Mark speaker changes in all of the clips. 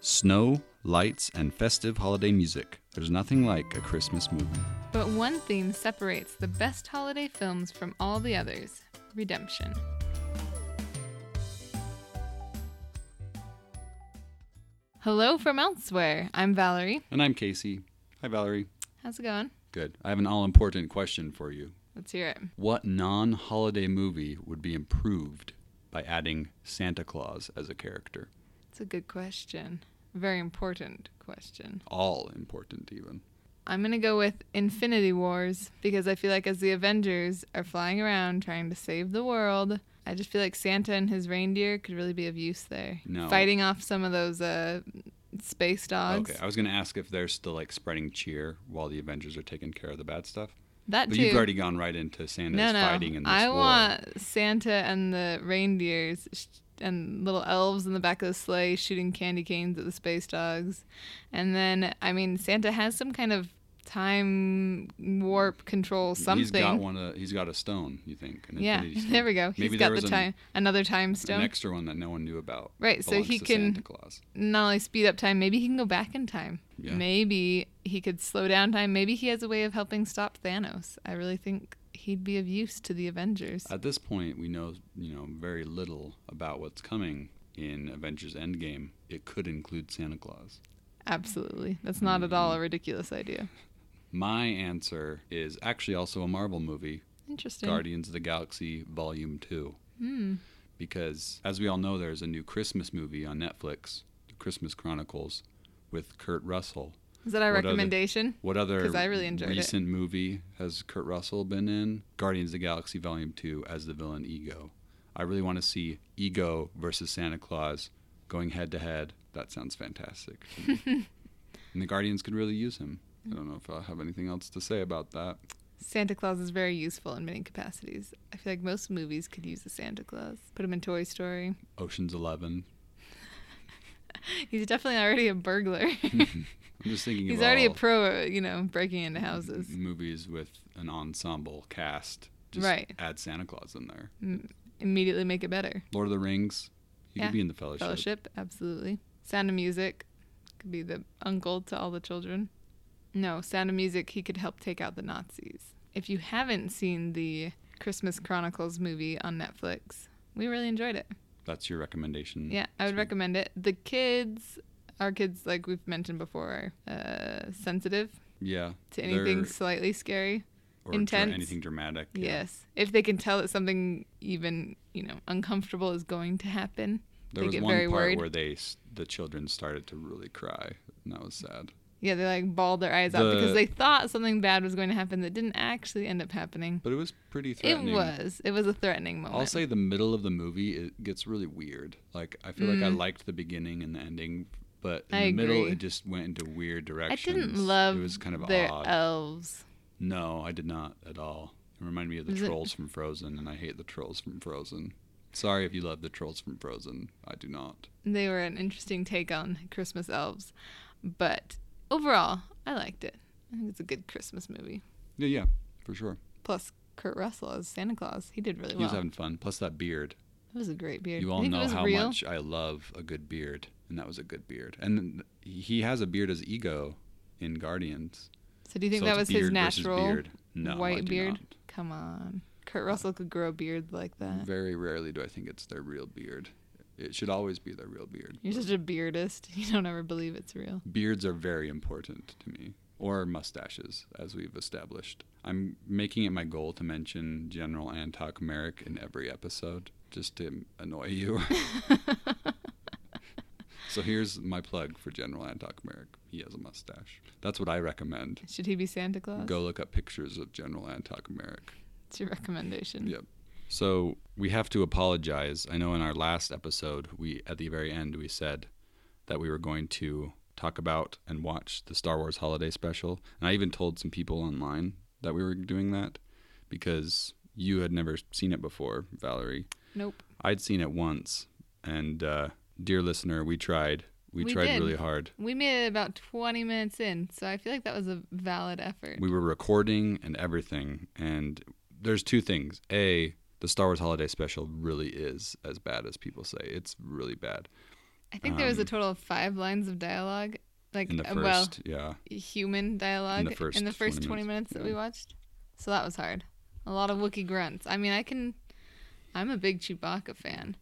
Speaker 1: Snow, lights, and festive holiday music. There's nothing like a Christmas movie.
Speaker 2: But one theme separates the best holiday films from all the others redemption. Hello from elsewhere. I'm Valerie.
Speaker 1: And I'm Casey. Hi, Valerie.
Speaker 2: How's it going?
Speaker 1: Good. I have an all important question for you.
Speaker 2: Let's hear it.
Speaker 1: What non holiday movie would be improved by adding Santa Claus as a character?
Speaker 2: It's a good question. Very important question.
Speaker 1: All important, even.
Speaker 2: I'm going to go with Infinity Wars because I feel like as the Avengers are flying around trying to save the world, I just feel like Santa and his reindeer could really be of use there.
Speaker 1: No.
Speaker 2: Fighting off some of those uh, space dogs.
Speaker 1: Okay, I was going to ask if they're still like spreading cheer while the Avengers are taking care of the bad stuff.
Speaker 2: That
Speaker 1: But
Speaker 2: too.
Speaker 1: you've already gone right into Santa's
Speaker 2: no, no.
Speaker 1: fighting in this
Speaker 2: I
Speaker 1: war.
Speaker 2: want Santa and the reindeers sh- and little elves in the back of the sleigh shooting candy canes at the space dogs. And then, I mean, Santa has some kind of time warp control something.
Speaker 1: He's got one. Uh, he's got a stone. You think? An
Speaker 2: yeah,
Speaker 1: infinity stone.
Speaker 2: there we go.
Speaker 1: Maybe
Speaker 2: He's
Speaker 1: there
Speaker 2: got the
Speaker 1: was an-
Speaker 2: time, another time
Speaker 1: An
Speaker 2: stone.
Speaker 1: extra one that no one knew about.
Speaker 2: Right, so
Speaker 1: belongs
Speaker 2: he
Speaker 1: to
Speaker 2: can-
Speaker 1: Santa Claus.
Speaker 2: Not only speed up time, maybe he can go back in time.
Speaker 1: Yeah.
Speaker 2: Maybe he could slow down time. Maybe he has a way of helping stop Thanos. I really think he'd be of use to the Avengers.
Speaker 1: At this point, we know you know very little about what's coming in Avengers Endgame. It could include Santa Claus.
Speaker 2: Absolutely. That's not at
Speaker 1: Mm.
Speaker 2: all a ridiculous idea.
Speaker 1: My answer is actually also a Marvel movie,
Speaker 2: Interesting.
Speaker 1: Guardians of the Galaxy Volume Two,
Speaker 2: Hmm.
Speaker 1: because as we all know, there's a new Christmas movie on Netflix, The Christmas Chronicles, with Kurt Russell.
Speaker 2: Is that our
Speaker 1: What other-
Speaker 2: recommendation?
Speaker 1: What other
Speaker 2: 'Cause I really enjoyed it.
Speaker 1: recent movie has Kurt Russell been in? Guardians of the Galaxy Volume 2 as the villain Ego. I really want to see Ego versus Santa Claus going head to head. That sounds fantastic. to me. and the Guardians could really use him. I don't know if I'll have anything else to say about that.
Speaker 2: Santa Claus is very useful in many capacities. I feel like most movies could use a Santa Claus. Put him in Toy Story.
Speaker 1: Ocean's 11.
Speaker 2: He's definitely already a burglar.
Speaker 1: I'm just thinking
Speaker 2: He's
Speaker 1: of
Speaker 2: already a
Speaker 1: all
Speaker 2: pro, at, you know, breaking into houses.
Speaker 1: m- movies with an ensemble cast. Just
Speaker 2: Right.
Speaker 1: add Santa Claus in there.
Speaker 2: Immediately make it better.
Speaker 1: Lord of the Rings. He
Speaker 2: Yeah.
Speaker 1: could be in the fellowship.
Speaker 2: Fellowship, absolutely. Sound of Music could be the uncle to all the children. No, Sound of Music, he could help take out the Nazis. If you haven't seen the Christmas Chronicles movie on Netflix, we really enjoyed it.
Speaker 1: That's your recommendation.
Speaker 2: Yeah, I would
Speaker 1: Mm, Sweet.
Speaker 2: recommend it. The kids, our kids, like we've mentioned before, are uh, sensitive
Speaker 1: Yeah.
Speaker 2: to anything
Speaker 1: They're-
Speaker 2: slightly scary.
Speaker 1: or dra-
Speaker 2: Intense.
Speaker 1: anything dramatic. yeah.
Speaker 2: Yes. If they can tell that something even, you know, uncomfortable is going to happen,
Speaker 1: There
Speaker 2: they
Speaker 1: was
Speaker 2: get
Speaker 1: one
Speaker 2: very
Speaker 1: part
Speaker 2: worried.
Speaker 1: where they s- the children started to really cry, and that was sad.
Speaker 2: Yeah, they like bawled their eyes out because
Speaker 1: The-
Speaker 2: they thought something bad was going to happen that didn't actually end up happening.
Speaker 1: But it was pretty
Speaker 2: It
Speaker 1: threatening.
Speaker 2: was. It was a threatening moment.
Speaker 1: I'll say the middle of the movie it gets really weird. Like I feel like I liked the beginning and the ending, but in
Speaker 2: Mm. I
Speaker 1: the middle
Speaker 2: agree.
Speaker 1: it just went into weird
Speaker 2: I
Speaker 1: directions.
Speaker 2: didn't love uh,
Speaker 1: It was kind of
Speaker 2: their
Speaker 1: odd.
Speaker 2: elves.
Speaker 1: no, I did not at all. It reminded me of the
Speaker 2: Was it-
Speaker 1: trolls from Frozen, and I hate the trolls from Frozen. Sorry if you love the trolls from Frozen. I do not.
Speaker 2: They were an interesting take on Christmas elves. But overall, I liked it. I think it's a good Christmas movie.
Speaker 1: Yeah, yeah, for sure.
Speaker 2: Plus, Kurt Russell as Santa Claus. He did really
Speaker 1: He
Speaker 2: well.
Speaker 1: was having fun. Plus that beard.
Speaker 2: it was a great beard.
Speaker 1: You
Speaker 2: I
Speaker 1: all
Speaker 2: think it
Speaker 1: know
Speaker 2: was
Speaker 1: how
Speaker 2: real.
Speaker 1: much I love a good beard, and that was a good beard. And then th- he has a beard as ego in Guardians.
Speaker 2: So do you think
Speaker 1: So
Speaker 2: that
Speaker 1: it's
Speaker 2: was his
Speaker 1: beard versus
Speaker 2: natural
Speaker 1: beard. No, I
Speaker 2: white
Speaker 1: do
Speaker 2: beard?
Speaker 1: not.
Speaker 2: Come on. Kurt Russell could grow a beard like that.
Speaker 1: Very rarely do I think it's their real beard. It should always be their real beard.
Speaker 2: You're
Speaker 1: but
Speaker 2: such a beardist. You don't ever believe it's real.
Speaker 1: Beards are very important to me, or mustaches, as we've established. I'm making it my goal to mention General Antok Merrick in every episode, just to annoy you. so here's my plug for General Antok Merrick. He has a mustache. That's what I recommend.
Speaker 2: Should he be Santa Claus?
Speaker 1: Go look up pictures of General Antok Merrick.
Speaker 2: It's your recommendation.
Speaker 1: Yep. So we have to apologize. I know in our last episode, we at the very end we said that we were going to talk about and watch the Star Wars holiday special, and I even told some people online that we were doing that because you had never seen it before, Valerie.
Speaker 2: Nope.
Speaker 1: I'd seen it once, and uh, dear listener, we tried. We,
Speaker 2: We
Speaker 1: tried
Speaker 2: did.
Speaker 1: really hard.
Speaker 2: We made it about 20 minutes in, so I feel like that was a valid effort.
Speaker 1: We were recording and everything, and there's two things. A, the Star Wars Holiday Special really is as bad as people say. It's really bad.
Speaker 2: I think there was a
Speaker 1: Um,
Speaker 2: total of five lines of dialogue. Like,
Speaker 1: in the
Speaker 2: uh,
Speaker 1: first,
Speaker 2: well,
Speaker 1: yeah,
Speaker 2: human dialogue in the first, 20, minutes, that we
Speaker 1: yeah.
Speaker 2: watched. So that was hard. A lot of Wookiee grunts. I mean, I can. I'm a big Chewbacca fan,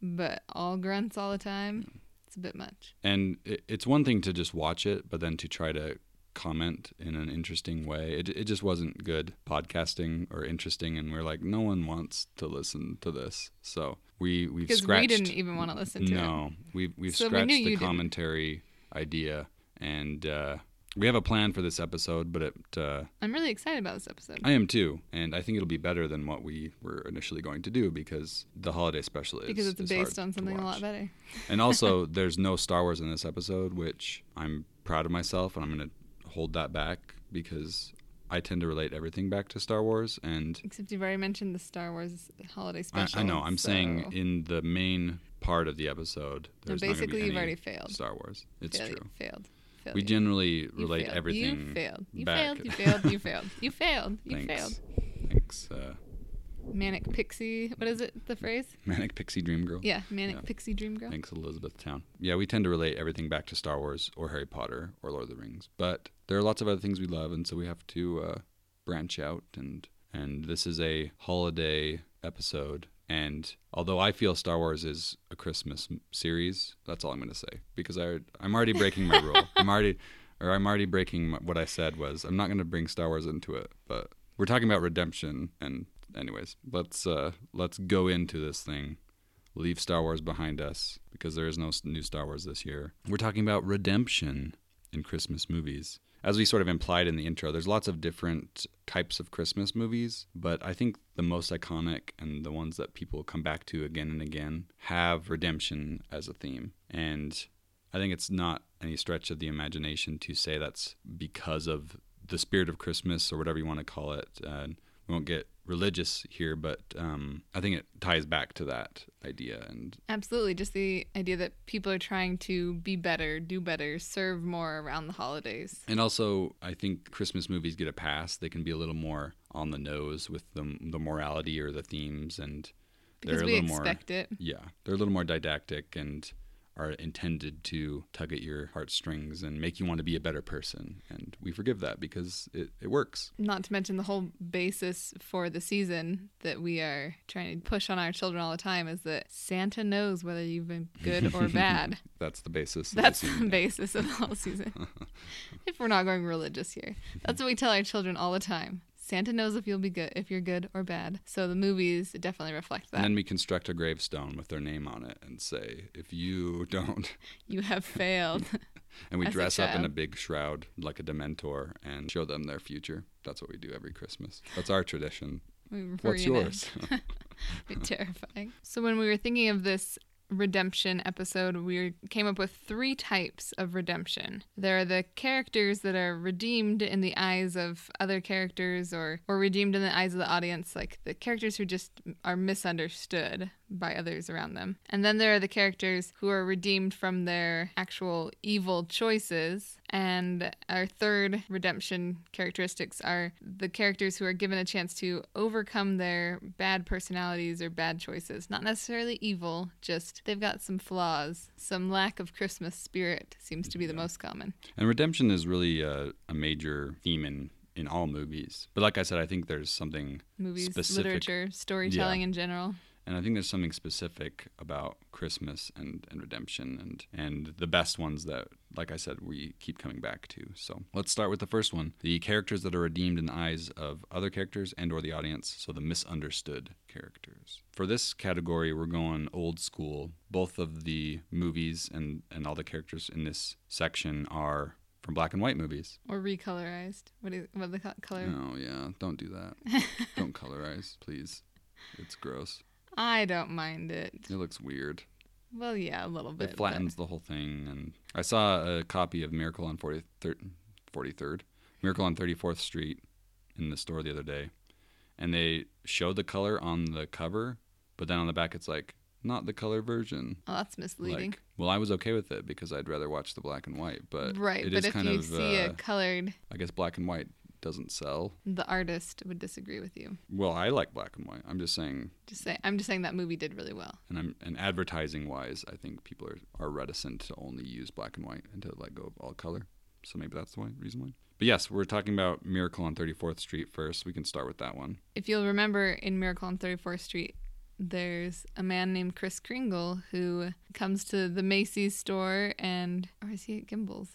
Speaker 2: but all grunts all the time, it's a bit much.
Speaker 1: and it, it's one thing to just watch it, but then to try to comment in an interesting way, it it just wasn't good podcasting or interesting. And we're like, no one wants to listen to this, so we we've
Speaker 2: Because
Speaker 1: scratched.
Speaker 2: we didn't even want to listen to it.
Speaker 1: no, we've we've
Speaker 2: So we
Speaker 1: scratched
Speaker 2: knew you
Speaker 1: the
Speaker 2: didn't.
Speaker 1: commentary idea, and uh, we have a plan for this episode, but it. Uh,
Speaker 2: I'm really excited about this episode.
Speaker 1: I am too, and I think it'll be better than what we were initially going to do because the holiday special is
Speaker 2: because it's
Speaker 1: is hard
Speaker 2: based on
Speaker 1: to
Speaker 2: something a
Speaker 1: watch.
Speaker 2: lot better.
Speaker 1: And also, there's no Star Wars in this episode, which I'm proud of myself, and I'm gonna hold that back because I tend to relate everything back to Star Wars, and
Speaker 2: Except you've already mentioned the Star Wars holiday
Speaker 1: I,
Speaker 2: special.
Speaker 1: I know I'm saying
Speaker 2: so-
Speaker 1: in the main part of the episode,
Speaker 2: No,
Speaker 1: there's not gonna be
Speaker 2: basically, you've
Speaker 1: any
Speaker 2: already failed.
Speaker 1: Star Wars. It's
Speaker 2: Failed-
Speaker 1: true.
Speaker 2: Failed. failed.
Speaker 1: We generally relate
Speaker 2: failed.
Speaker 1: everything.
Speaker 2: You failed. You
Speaker 1: back.
Speaker 2: failed. You failed. You failed. You failed. You
Speaker 1: Thanks.
Speaker 2: failed.
Speaker 1: Thanks. Uh,
Speaker 2: Manic pixie. What is it? The phrase?
Speaker 1: Manic Pixie Dream Girl.
Speaker 2: Yeah, manic
Speaker 1: Yeah.
Speaker 2: pixie dream girl.
Speaker 1: Thanks, Elizabethtown. Yeah, we tend to relate everything back to Star Wars or Harry Potter or Lord of the Rings, but there are lots of other things we love, and so we have to uh, branch out. and And this is a holiday episode. And although I feel Star Wars is a Christmas m- series, that's all I'm going to say because I I'm already breaking my rule. I'm already or I'm already breaking my, what I said was I'm not going to bring Star Wars into it, but we're talking about redemption and anyways, let's uh let's go into this thing leave Star Wars behind us because there is no s- new Star Wars this year. We're talking about redemption in Christmas movies. As we sort of implied in the intro, there's lots of different types of Christmas movies, but I think the most iconic and the ones that people come back to again and again have redemption as a theme. And I think it's not any stretch of the imagination to say that's because of the spirit of Christmas or whatever you want to call it. Uh, we won't get religious here, but um, I think it ties back to that idea. And
Speaker 2: Absolutely. Just the idea that people are trying to be better, do better, serve more around the holidays.
Speaker 1: and also, I think Christmas movies get a pass. They can be a little more on the nose with the, the morality or the themes, and
Speaker 2: Because
Speaker 1: they're a
Speaker 2: we
Speaker 1: little more
Speaker 2: expect it.
Speaker 1: yeah, they're a little more didactic and are intended to tug at your heartstrings and make you want to be a better person. And we forgive that because it, it works.
Speaker 2: Not to mention the whole basis for the season that we are trying to push on our children all the time is that Santa knows whether you've been good or bad.
Speaker 1: That's the basis. of the
Speaker 2: That's
Speaker 1: scene.
Speaker 2: the basis of the whole season. if we're not going religious here, that's what we tell our children all the time. Santa knows if you'll be good, if you're good or bad. So the movies definitely reflect that.
Speaker 1: And then we construct a gravestone with their name on it and say, if you don't,
Speaker 2: you have failed.
Speaker 1: and we
Speaker 2: As a
Speaker 1: dress up in a
Speaker 2: child.
Speaker 1: big shroud like a Dementor and show them their future. That's what we do every Christmas. That's our tradition.
Speaker 2: We
Speaker 1: What's
Speaker 2: reenact.
Speaker 1: yours?
Speaker 2: bit terrifying. So when we were thinking of this redemption episode, we came up with three types of redemption. There are the characters that are redeemed in the eyes of other characters or or redeemed in the eyes of the audience, like the characters who just are misunderstood by others around them. And then there are the characters who are redeemed from their actual evil choices. And our third redemption characteristics are the characters who are given a chance to overcome their bad personalities or bad choices. Not necessarily evil, just they've got some flaws. Some lack of Christmas spirit seems to be the most common.
Speaker 1: And redemption is really a, a major theme in, in all movies. But like I said, I think there's something
Speaker 2: Movies,
Speaker 1: Specific-
Speaker 2: literature, storytelling in general.
Speaker 1: And I think there's something specific about Christmas and, and redemption and, and the best ones that, like I said, we keep coming back to. So let's start with the first one. The characters that are redeemed in the eyes of other characters and or the audience, so the misunderstood characters. For this category, we're going old school. Both of the movies and, and all the characters in this section are from black and white movies.
Speaker 2: Or recolorized. What is what are the co- color?
Speaker 1: Oh yeah, don't do that. don't colorize, please. It's gross.
Speaker 2: I don't mind it.
Speaker 1: It looks weird.
Speaker 2: Well, yeah, a little bit.
Speaker 1: it
Speaker 2: but-
Speaker 1: flattens the whole thing. And I saw a copy of Miracle on 43rd, 43rd, Miracle on 34th Street in the store the other day, and they show the color on the cover, but then on the back it's like not the color version.
Speaker 2: Oh, that's misleading.
Speaker 1: Like, well, I was okay with it because I'd rather watch the black and white, but
Speaker 2: right,
Speaker 1: it
Speaker 2: but
Speaker 1: is
Speaker 2: if
Speaker 1: kind
Speaker 2: you
Speaker 1: of,
Speaker 2: see
Speaker 1: uh,
Speaker 2: a colored,
Speaker 1: I guess, black and white doesn't sell.
Speaker 2: The artist would disagree with you.
Speaker 1: Well, I like black and white. I'm just saying,
Speaker 2: Just say I'm just saying that movie did really well.
Speaker 1: and I'm and advertising wise, I think people are, are reticent to only use black and white and to let go of all color. So maybe that's the why, reason why. But yes, we're talking about Miracle on 34th Street first. We can start with that one.
Speaker 2: If you'll remember in Miracle on 34th Street, there's a man named Chris Kringle who comes to the Macy's store and or is he at Gimbel's?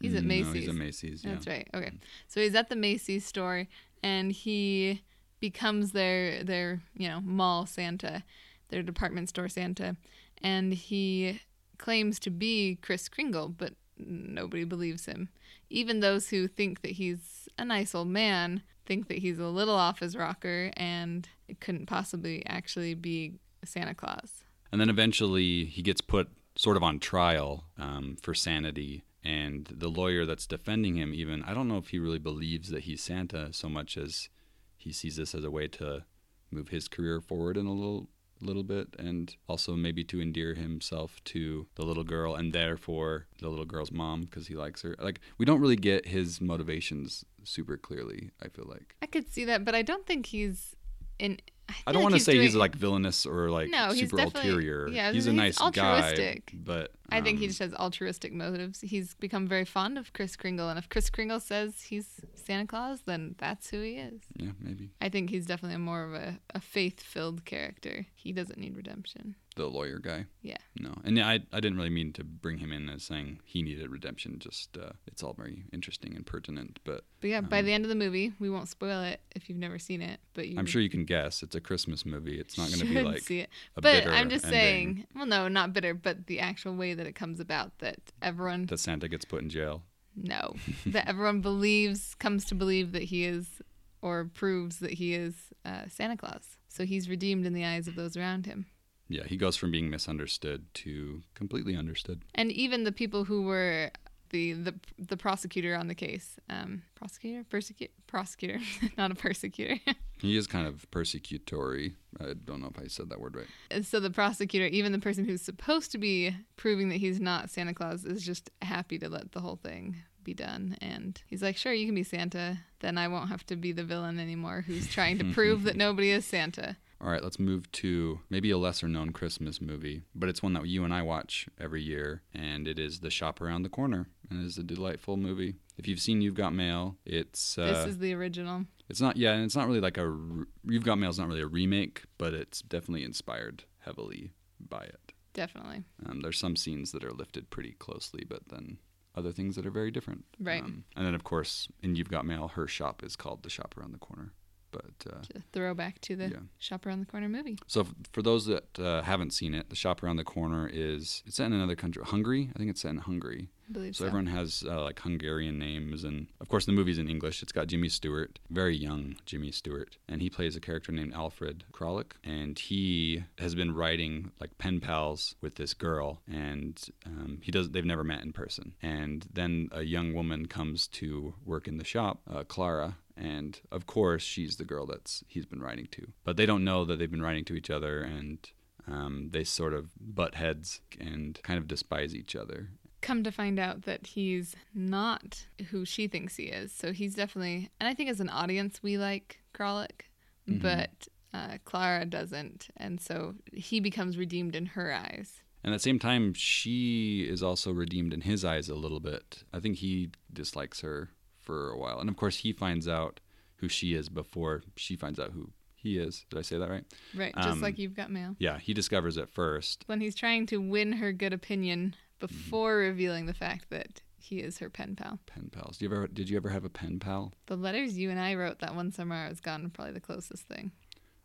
Speaker 2: He's at
Speaker 1: Mm,
Speaker 2: Macy's.
Speaker 1: No, he's at Macy's. Yeah. Mm.
Speaker 2: That's right. Okay. So he's at the Macy's store and he becomes their their, you know, mall Santa, their department store Santa, and he claims to be Chris Kringle, but nobody believes him. Even those who think that he's a nice old man think that he's a little off his rocker and it couldn't possibly actually be Santa Claus.
Speaker 1: And then eventually he gets put sort of on trial um, for sanity. And the lawyer that's defending him, even, I don't know if he really believes that he's Santa so much as he sees this as a way to move his career forward in a little little bit and also maybe to endear himself to the little girl and therefore the little girl's mom because he likes her like we don't really get his motivations super clearly i feel like
Speaker 2: I could see that, but I don't think he's in
Speaker 1: i don't want to say he's like villainous or like
Speaker 2: No, he's
Speaker 1: super
Speaker 2: definitely-
Speaker 1: ulterior
Speaker 2: yeah, I was
Speaker 1: he's a
Speaker 2: gonna say
Speaker 1: nice
Speaker 2: he's altruistic.
Speaker 1: guy but
Speaker 2: I think he
Speaker 1: um,
Speaker 2: just has altruistic motives. He's become very fond of Chris Kringle, and if Chris Kringle says he's Santa Claus, then that's who he is.
Speaker 1: um, Yeah, maybe.
Speaker 2: I think he's definitely a more of a, a faith filled character. He doesn't need redemption.
Speaker 1: The lawyer guy.
Speaker 2: Yeah.
Speaker 1: No. And I, I didn't really mean to bring him in as saying he needed redemption. Just uh, it's all very interesting and pertinent. But
Speaker 2: But yeah, by
Speaker 1: Um,
Speaker 2: the end of the movie, we won't spoil it if you've never seen it. But you
Speaker 1: I'm sure you can guess. It's a Christmas movie. It's not going to be
Speaker 2: should
Speaker 1: like
Speaker 2: Mm. see it.
Speaker 1: a
Speaker 2: But
Speaker 1: bitter
Speaker 2: I'm just
Speaker 1: ending
Speaker 2: saying, well, no, not bitter, but the actual way that it comes about that everyone
Speaker 1: that Santa gets put in jail.
Speaker 2: No. that everyone believes, comes to believe that he is, or proves that he is uh, Santa Claus. So he's redeemed in the eyes of those around him.
Speaker 1: Yeah, he goes from being misunderstood to completely understood.
Speaker 2: And even the people who were the the, the prosecutor on the case, um, prosecutor, persecute, prosecutor, not a persecutor.
Speaker 1: He is kind of persecutory. I don't know if I said that word right.
Speaker 2: And so the prosecutor, even the person who's supposed to be proving that he's not Santa Claus, is just happy to let the whole thing be done. And he's like, sure, you can be Santa. Then I won't have to be the villain anymore who's trying to prove that nobody is Santa.
Speaker 1: All right, let's move to maybe a lesser known Christmas movie, but it's one that you and I watch every year, and it is The Shop Around the Corner, and it is a delightful movie. If you've seen You've Got Mail, it's uh,
Speaker 2: this is the original.
Speaker 1: it's not yeah, and it's not really like a re- You've Got Mail's not really a remake, but it's definitely inspired heavily by it.
Speaker 2: Definitely.
Speaker 1: Um, there's some scenes that are lifted pretty closely, but then other things that are very different.
Speaker 2: Right.
Speaker 1: Um, and then of course in You've Got Mail, her shop is called The Shop Around the Corner, but uh,
Speaker 2: A throwback to the
Speaker 1: Yeah.
Speaker 2: Shop Around the Corner movie.
Speaker 1: So f- for those that uh, haven't seen it, the shop around the corner is it's set in another country, Hungary. I think it's set in Hungary.
Speaker 2: I believe
Speaker 1: So,
Speaker 2: so.
Speaker 1: everyone has uh, like Hungarian names, and of course the movie's in English. It's got Jimmy Stewart, very young Jimmy Stewart, and he plays a character named Alfred Kralik, and he has been writing like pen pals with this girl, and um, he does. They've never met in person, and then a young woman comes to work in the shop, uh, Clara. And of course, she's the girl that's he's been writing to, but they don't know that they've been writing to each other, and um, they sort of butt heads and kind of despise each other.
Speaker 2: Come to find out that he's not who she thinks he is. So he's definitely, and I think as an audience, we like Kralik,
Speaker 1: Mm-hmm.
Speaker 2: but uh, Clara doesn't. And so he becomes redeemed in her eyes.
Speaker 1: And at the same time, she is also redeemed in his eyes a little bit. I think he dislikes her for a while. And of course, he finds out who she is before she finds out who he is. Did I say that right?
Speaker 2: Right. Just
Speaker 1: Um,
Speaker 2: like you've got mail.
Speaker 1: Yeah, he discovers it first.
Speaker 2: When he's trying to win her good opinion before revealing the fact that he is her pen pal.
Speaker 1: Pen pals. Do you ever did you ever have a pen pal?
Speaker 2: The letters you and I wrote that one summer I was gone, probably the closest thing.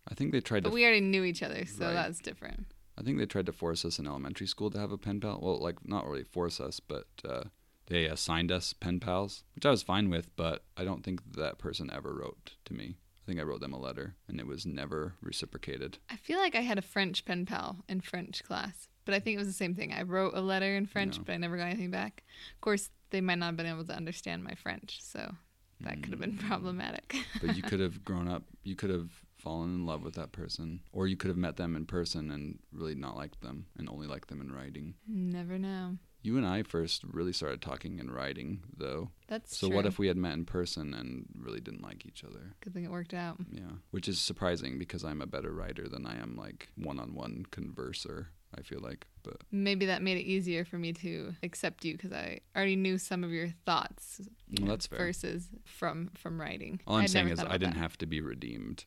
Speaker 1: I think they tried to
Speaker 2: But we already knew each other, so
Speaker 1: Right.
Speaker 2: that's different.
Speaker 1: I think they tried to force us in elementary school to have a pen pal. Well, like not really force us, but uh, they assigned us pen pals, which I was fine with. But I don't think that person ever wrote to me. I think I wrote them a letter, and it was never reciprocated.
Speaker 2: I feel like I had a French pen pal in French class, but I think it was the same thing. I wrote a letter in French,
Speaker 1: No.
Speaker 2: but I never got anything back. Of course, they might not have been able to understand my French, so that could have
Speaker 1: Mm.
Speaker 2: been problematic.
Speaker 1: but you could have grown up you could have fallen in love with that person or you could have met them in person and really not liked them and only liked them in writing
Speaker 2: Never know.
Speaker 1: You and I first really started talking and writing, though.
Speaker 2: That's
Speaker 1: so
Speaker 2: true.
Speaker 1: what if we had met in person and really didn't like each other?
Speaker 2: Good thing it worked out.
Speaker 1: Yeah, which is surprising because I'm a better writer than I am like one-on-one converser. I feel like, but
Speaker 2: Maybe that made it easier for me to accept you because I already knew some of your thoughts. you
Speaker 1: Well, that's fair.
Speaker 2: Verses from from writing.
Speaker 1: all I'm
Speaker 2: I'd
Speaker 1: saying
Speaker 2: never
Speaker 1: is I
Speaker 2: thought about
Speaker 1: didn't
Speaker 2: that.
Speaker 1: have to be redeemed.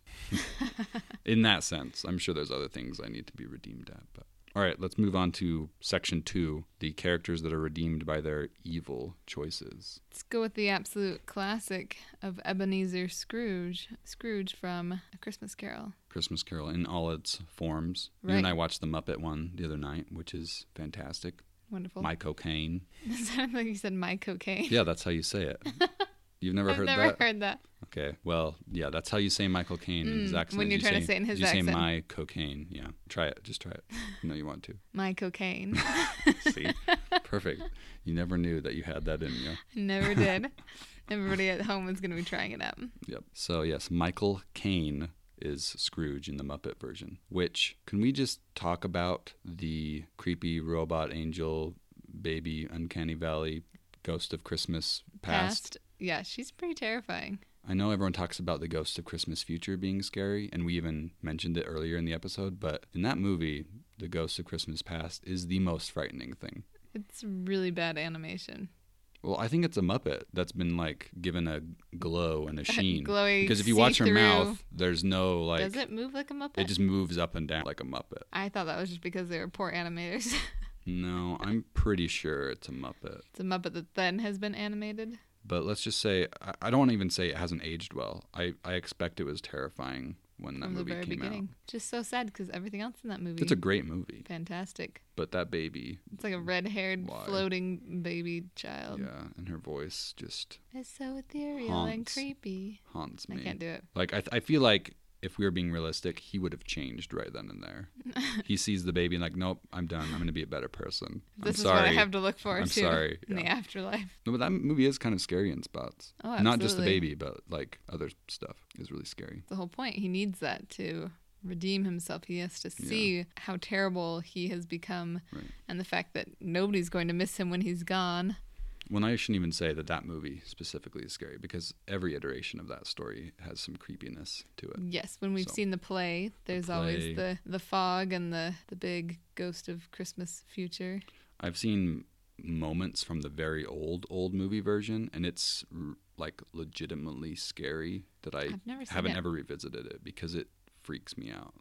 Speaker 1: in that sense, I'm sure there's other things I need to be redeemed at. But all right, let's move on to section two: the characters that are redeemed by their evil choices.
Speaker 2: Let's go with the absolute classic of Ebenezer Scrooge. Scrooge from A Christmas Carol.
Speaker 1: Christmas Carol in all its forms. You and
Speaker 2: Right.
Speaker 1: I watched the Muppet one the other night, which is fantastic.
Speaker 2: Wonderful.
Speaker 1: My cocaine.
Speaker 2: It sounded like you said my cocaine.
Speaker 1: Yeah, that's how you say it. You've never
Speaker 2: I've
Speaker 1: heard
Speaker 2: never
Speaker 1: that?
Speaker 2: heard that.
Speaker 1: Okay. Well, yeah, that's how you say Michael Caine in his
Speaker 2: Mm,
Speaker 1: accent.
Speaker 2: when you're
Speaker 1: you
Speaker 2: trying
Speaker 1: say,
Speaker 2: to say it in his
Speaker 1: you say
Speaker 2: accent.
Speaker 1: my cocaine. Yeah. Try it. Just try it. No, you want to.
Speaker 2: My cocaine.
Speaker 1: See? Perfect. You never knew that you had that in you.
Speaker 2: Never did. Everybody at home is going to be trying it out.
Speaker 1: Yep. So yes, Michael Caine is Scrooge in the Muppet version. Which can we just talk about the creepy robot angel baby uncanny valley ghost of Christmas past?
Speaker 2: Yeah, she's pretty terrifying.
Speaker 1: I know everyone talks about the ghost of Christmas future being scary, and we even mentioned it earlier in the episode, but in that movie, the ghost of Christmas past is the most frightening thing.
Speaker 2: It's really bad animation.
Speaker 1: Well, I think it's a Muppet that's been like given a glow and a sheen.
Speaker 2: glowy,
Speaker 1: because if you watch her
Speaker 2: see-through-
Speaker 1: mouth, there's no like
Speaker 2: Does it move like a Muppet?
Speaker 1: it just moves up and down like a Muppet.
Speaker 2: I thought that was just because they were poor animators.
Speaker 1: No, I'm pretty sure it's a Muppet.
Speaker 2: it's a Muppet that then has been animated.
Speaker 1: But let's just say I, I don't want to even say it hasn't aged well. I, I expect it was terrifying when that
Speaker 2: from the
Speaker 1: movie
Speaker 2: very
Speaker 1: came
Speaker 2: beginning. Just so sad because everything else in that
Speaker 1: out.
Speaker 2: movie.
Speaker 1: It's a great movie,
Speaker 2: fantastic.
Speaker 1: but that baby,
Speaker 2: It's like a red-haired
Speaker 1: Why?
Speaker 2: floating baby child.
Speaker 1: yeah, and her voice just
Speaker 2: It's so ethereal and
Speaker 1: Haunts
Speaker 2: creepy.
Speaker 1: haunts
Speaker 2: I
Speaker 1: me.
Speaker 2: can't do it.
Speaker 1: Like I, th- I feel like if we were being realistic, he would have changed right then and there. he sees the baby and like, nope, I'm done. I'm gonna be a better person.
Speaker 2: This
Speaker 1: I'm
Speaker 2: is
Speaker 1: sorry.
Speaker 2: what I have to look forward
Speaker 1: I'm
Speaker 2: to
Speaker 1: sorry,
Speaker 2: in the
Speaker 1: yeah.
Speaker 2: afterlife.
Speaker 1: No, but that movie is kind of scary in spots.
Speaker 2: Oh,
Speaker 1: Not just the
Speaker 2: absolutely.
Speaker 1: baby, but like other stuff is really scary.
Speaker 2: The whole point. He needs that to redeem himself. He has to see how terrible he has become,
Speaker 1: Right.
Speaker 2: and the fact that nobody's going to miss him when he's gone.
Speaker 1: Well, I shouldn't even say that that movie specifically is scary because every iteration of that story has some creepiness to it.
Speaker 2: Yes, when we've
Speaker 1: So,
Speaker 2: seen the play, there's
Speaker 1: play.
Speaker 2: always the the fog and the the big ghost of Christmas future.
Speaker 1: I've seen moments from the very old old movie version, and it's r- like legitimately scary that I
Speaker 2: I've never seen
Speaker 1: haven't
Speaker 2: it.
Speaker 1: ever revisited it because it freaks me out.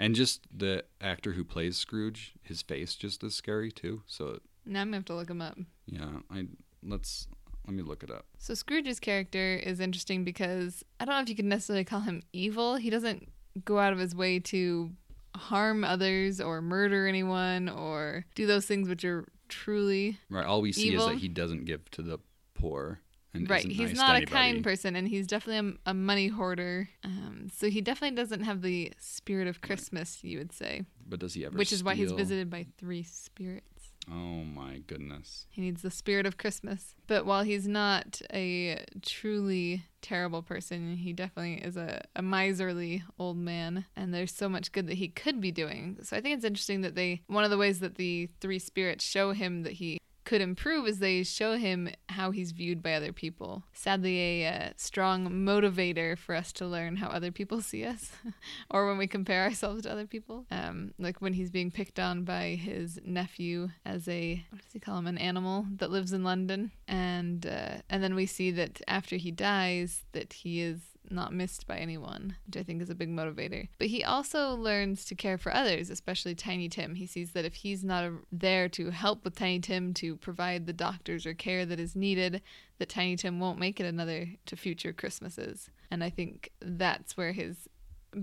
Speaker 1: and just the actor who plays Scrooge, his face just is scary too. So
Speaker 2: Now I'm gonna have to look him up.
Speaker 1: yeah, I let's let me look it up.
Speaker 2: So Scrooge's character is interesting because I don't know if you could necessarily call him evil. He doesn't go out of his way to harm others or murder anyone or do those things which are truly
Speaker 1: Right, all we see
Speaker 2: Evil.
Speaker 1: is that he doesn't give to the poor. And
Speaker 2: right.
Speaker 1: isn't
Speaker 2: He's
Speaker 1: nice to
Speaker 2: not a
Speaker 1: anybody.
Speaker 2: kind person, and he's definitely a, a money hoarder. Um, so he definitely doesn't have the spirit of Christmas, you would say,
Speaker 1: But does he ever?
Speaker 2: which is why he's
Speaker 1: steal?
Speaker 2: visited by three spirits.
Speaker 1: Oh my goodness.
Speaker 2: He needs the spirit of Christmas. But while he's not a truly terrible person, he definitely is a, a miserly old man. And there's so much good that he could be doing. So I think it's interesting that they, one of the ways that the three spirits show him that he could improve is they show him how he's viewed by other people. Sadly, a uh, strong motivator for us to learn how other people see us or when we compare ourselves to other people. Um, like when he's being picked on by his nephew as a what does he call him? An animal that lives in London, and uh, and then we see that after he dies, that he is not missed by anyone, which I think is a big motivator. But he also learns to care for others, especially Tiny Tim. He sees that if he's not a- there to help with Tiny Tim to provide the doctors or care that is needed, that Tiny Tim won't make it another to future Christmases. And I think that's where his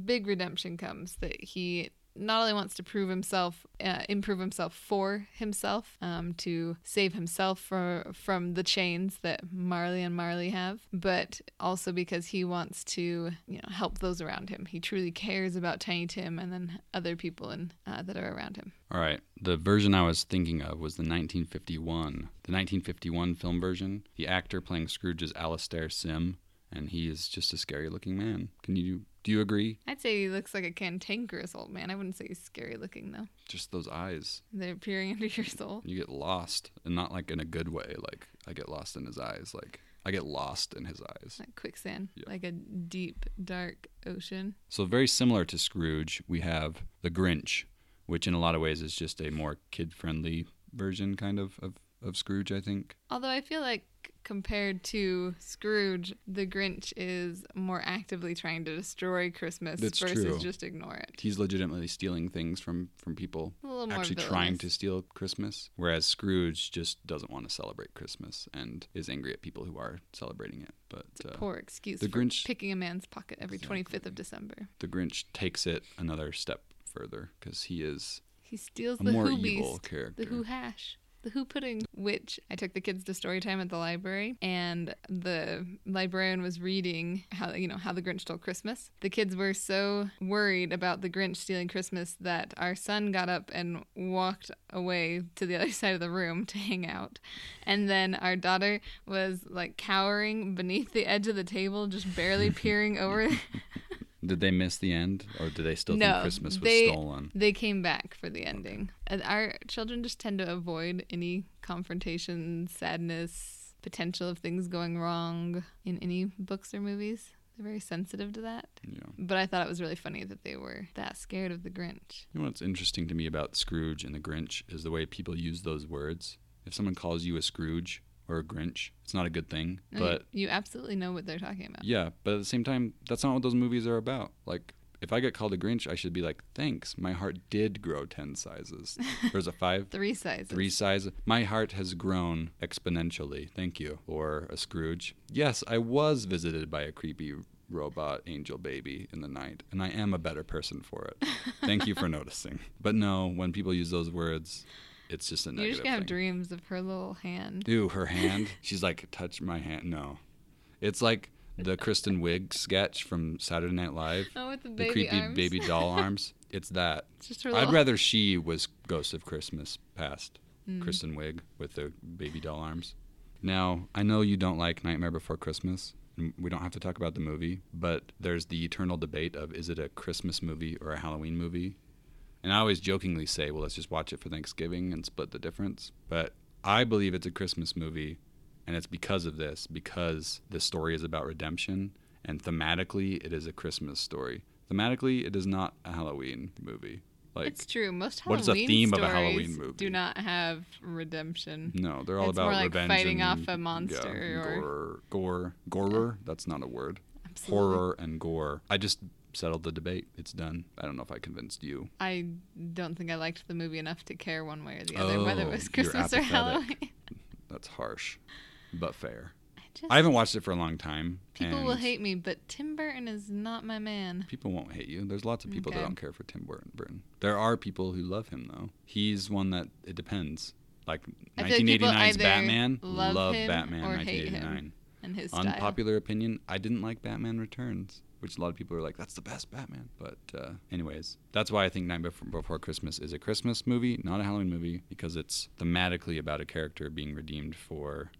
Speaker 2: big redemption comes that he not only wants to prove himself, uh, improve himself for himself, um, to save himself from from the chains that Marley and Marley have, but also because he wants to, you know, help those around him. He truly cares about Tiny Tim and then other people and uh, that are around him.
Speaker 1: All right. The version I was thinking of was the 1951. The 1951 film version. The actor playing Scrooge is Alastair Sim, and he is just a scary looking man. Can you Do you agree?
Speaker 2: I'd say he looks like a cantankerous old man. I wouldn't say he's scary looking though.
Speaker 1: Just those eyes.
Speaker 2: They're peering into your soul.
Speaker 1: You get lost, and not like in a good way. Like I get lost in his eyes. Like I get lost in his eyes.
Speaker 2: Like quicksand,
Speaker 1: Yeah.
Speaker 2: like a deep, dark ocean.
Speaker 1: So very similar to Scrooge, we have The Grinch, which in a lot of ways is just a more kid-friendly version, kind of of, of Scrooge. I think.
Speaker 2: Although I feel like compared to Scrooge, the Grinch is more actively trying to destroy Christmas
Speaker 1: That's
Speaker 2: versus
Speaker 1: true.
Speaker 2: just ignore it.
Speaker 1: he's legitimately stealing things from from people
Speaker 2: A little more
Speaker 1: actually
Speaker 2: villainous.
Speaker 1: trying to steal christmas whereas scrooge just doesn't want to celebrate christmas and is angry at people who are celebrating it but uh,
Speaker 2: poor excuse
Speaker 1: the
Speaker 2: for
Speaker 1: Grinch-
Speaker 2: picking a man's pocket every
Speaker 1: Exactly.
Speaker 2: 25th of December.
Speaker 1: the grinch takes it another step further because he is
Speaker 2: He steals
Speaker 1: a
Speaker 2: the
Speaker 1: more
Speaker 2: Who
Speaker 1: evil
Speaker 2: Beast,
Speaker 1: character
Speaker 2: the Who Hash, the Who Pudding, which I took the kids to story time at the library, and the librarian was reading how you know how the Grinch stole Christmas. The kids were so worried about the Grinch stealing Christmas that our son got up and walked away to the other side of the room to hang out, and then our daughter was like cowering beneath the edge of the table, just barely peering over.
Speaker 1: did they miss the end or did they still
Speaker 2: No,
Speaker 1: think christmas was
Speaker 2: they-
Speaker 1: stolen
Speaker 2: They came back for the ending. And Our children just tend to avoid any confrontation, sadness, potential of things going wrong in any books or movies. They're very sensitive to that.
Speaker 1: yeah
Speaker 2: But I thought it was really funny that they were that scared of the Grinch.
Speaker 1: You know what's interesting to me about Scrooge and the Grinch is the way people use those words. If someone calls you a Scrooge or a Grinch, it's not a good thing.
Speaker 2: I mean,
Speaker 1: But
Speaker 2: you absolutely know what they're talking about.
Speaker 1: yeah, but at the same time, that's not what those movies are about. Like, if I get called a Grinch, I should be like, thanks, my heart did grow 10 sizes. There's a five,
Speaker 2: Three sizes.
Speaker 1: three sizes. My heart has grown exponentially. Thank you. Or a Scrooge. Yes, I was visited by a creepy robot angel baby in the night, and I am a better person for it. Thank you for noticing. But no, when people use those words, it's just a
Speaker 2: You're just
Speaker 1: negative
Speaker 2: gonna have
Speaker 1: thing.
Speaker 2: dreams of her little hand.
Speaker 1: Ew, her hand. She's like, touch my hand. No, it's like the Kristen Wiig sketch from Saturday Night Live.
Speaker 2: Oh, with the
Speaker 1: The
Speaker 2: baby
Speaker 1: creepy
Speaker 2: arms.
Speaker 1: baby doll arms. It's that.
Speaker 2: It's just her
Speaker 1: I'd
Speaker 2: little-
Speaker 1: rather she was Ghost of Christmas past
Speaker 2: Mm.
Speaker 1: Kristen Wiig with the baby doll arms. Now, I know you don't like Nightmare Before Christmas, and we don't have to talk about the movie, but there's the eternal debate of is it a Christmas movie or a Halloween movie? And I always jokingly say, well, let's just watch it for Thanksgiving and split the difference. But I believe it's a Christmas movie, and it's because of this, because the story is about redemption, and thematically, it is a Christmas story. Thematically, it is not a Halloween movie. Like,
Speaker 2: it's true. Most Halloween
Speaker 1: what is the theme of
Speaker 2: stories
Speaker 1: a Halloween movie?
Speaker 2: do not have redemption.
Speaker 1: No, they're all
Speaker 2: It's
Speaker 1: about
Speaker 2: more like
Speaker 1: revenge
Speaker 2: fighting
Speaker 1: and-
Speaker 2: off a monster
Speaker 1: yeah,
Speaker 2: or-
Speaker 1: gore, gore, gorer. That's not a word.
Speaker 2: Absolutely.
Speaker 1: Horror and gore. I just settled the debate. It's done. I don't know if I convinced you.
Speaker 2: I don't think I liked the movie enough to care one way or the other whether it
Speaker 1: Oh,
Speaker 2: was
Speaker 1: you're
Speaker 2: Christmas or
Speaker 1: apathetic.
Speaker 2: Halloween.
Speaker 1: That's harsh, but fair.
Speaker 2: I just,
Speaker 1: I haven't watched it for a long time.
Speaker 2: people will
Speaker 1: and
Speaker 2: hate me, but Tim Burton is not my man.
Speaker 1: People won't hate you. There's lots of people
Speaker 2: Okay.
Speaker 1: that don't care for Tim Burton- Burton. There are people who love him though. He's one that it depends. Like
Speaker 2: I feel like people
Speaker 1: 1989's
Speaker 2: either
Speaker 1: Batman,
Speaker 2: love
Speaker 1: love
Speaker 2: him
Speaker 1: Batman
Speaker 2: or hate him.
Speaker 1: 1989.
Speaker 2: And his style.
Speaker 1: Unpopular opinion, I didn't like Batman Returns, which a lot of people are like, that's the best Batman. But, uh, anyways, that's why I think Night Before, Before Christmas is a Christmas movie, not a Halloween movie, because it's thematically about a character being redeemed for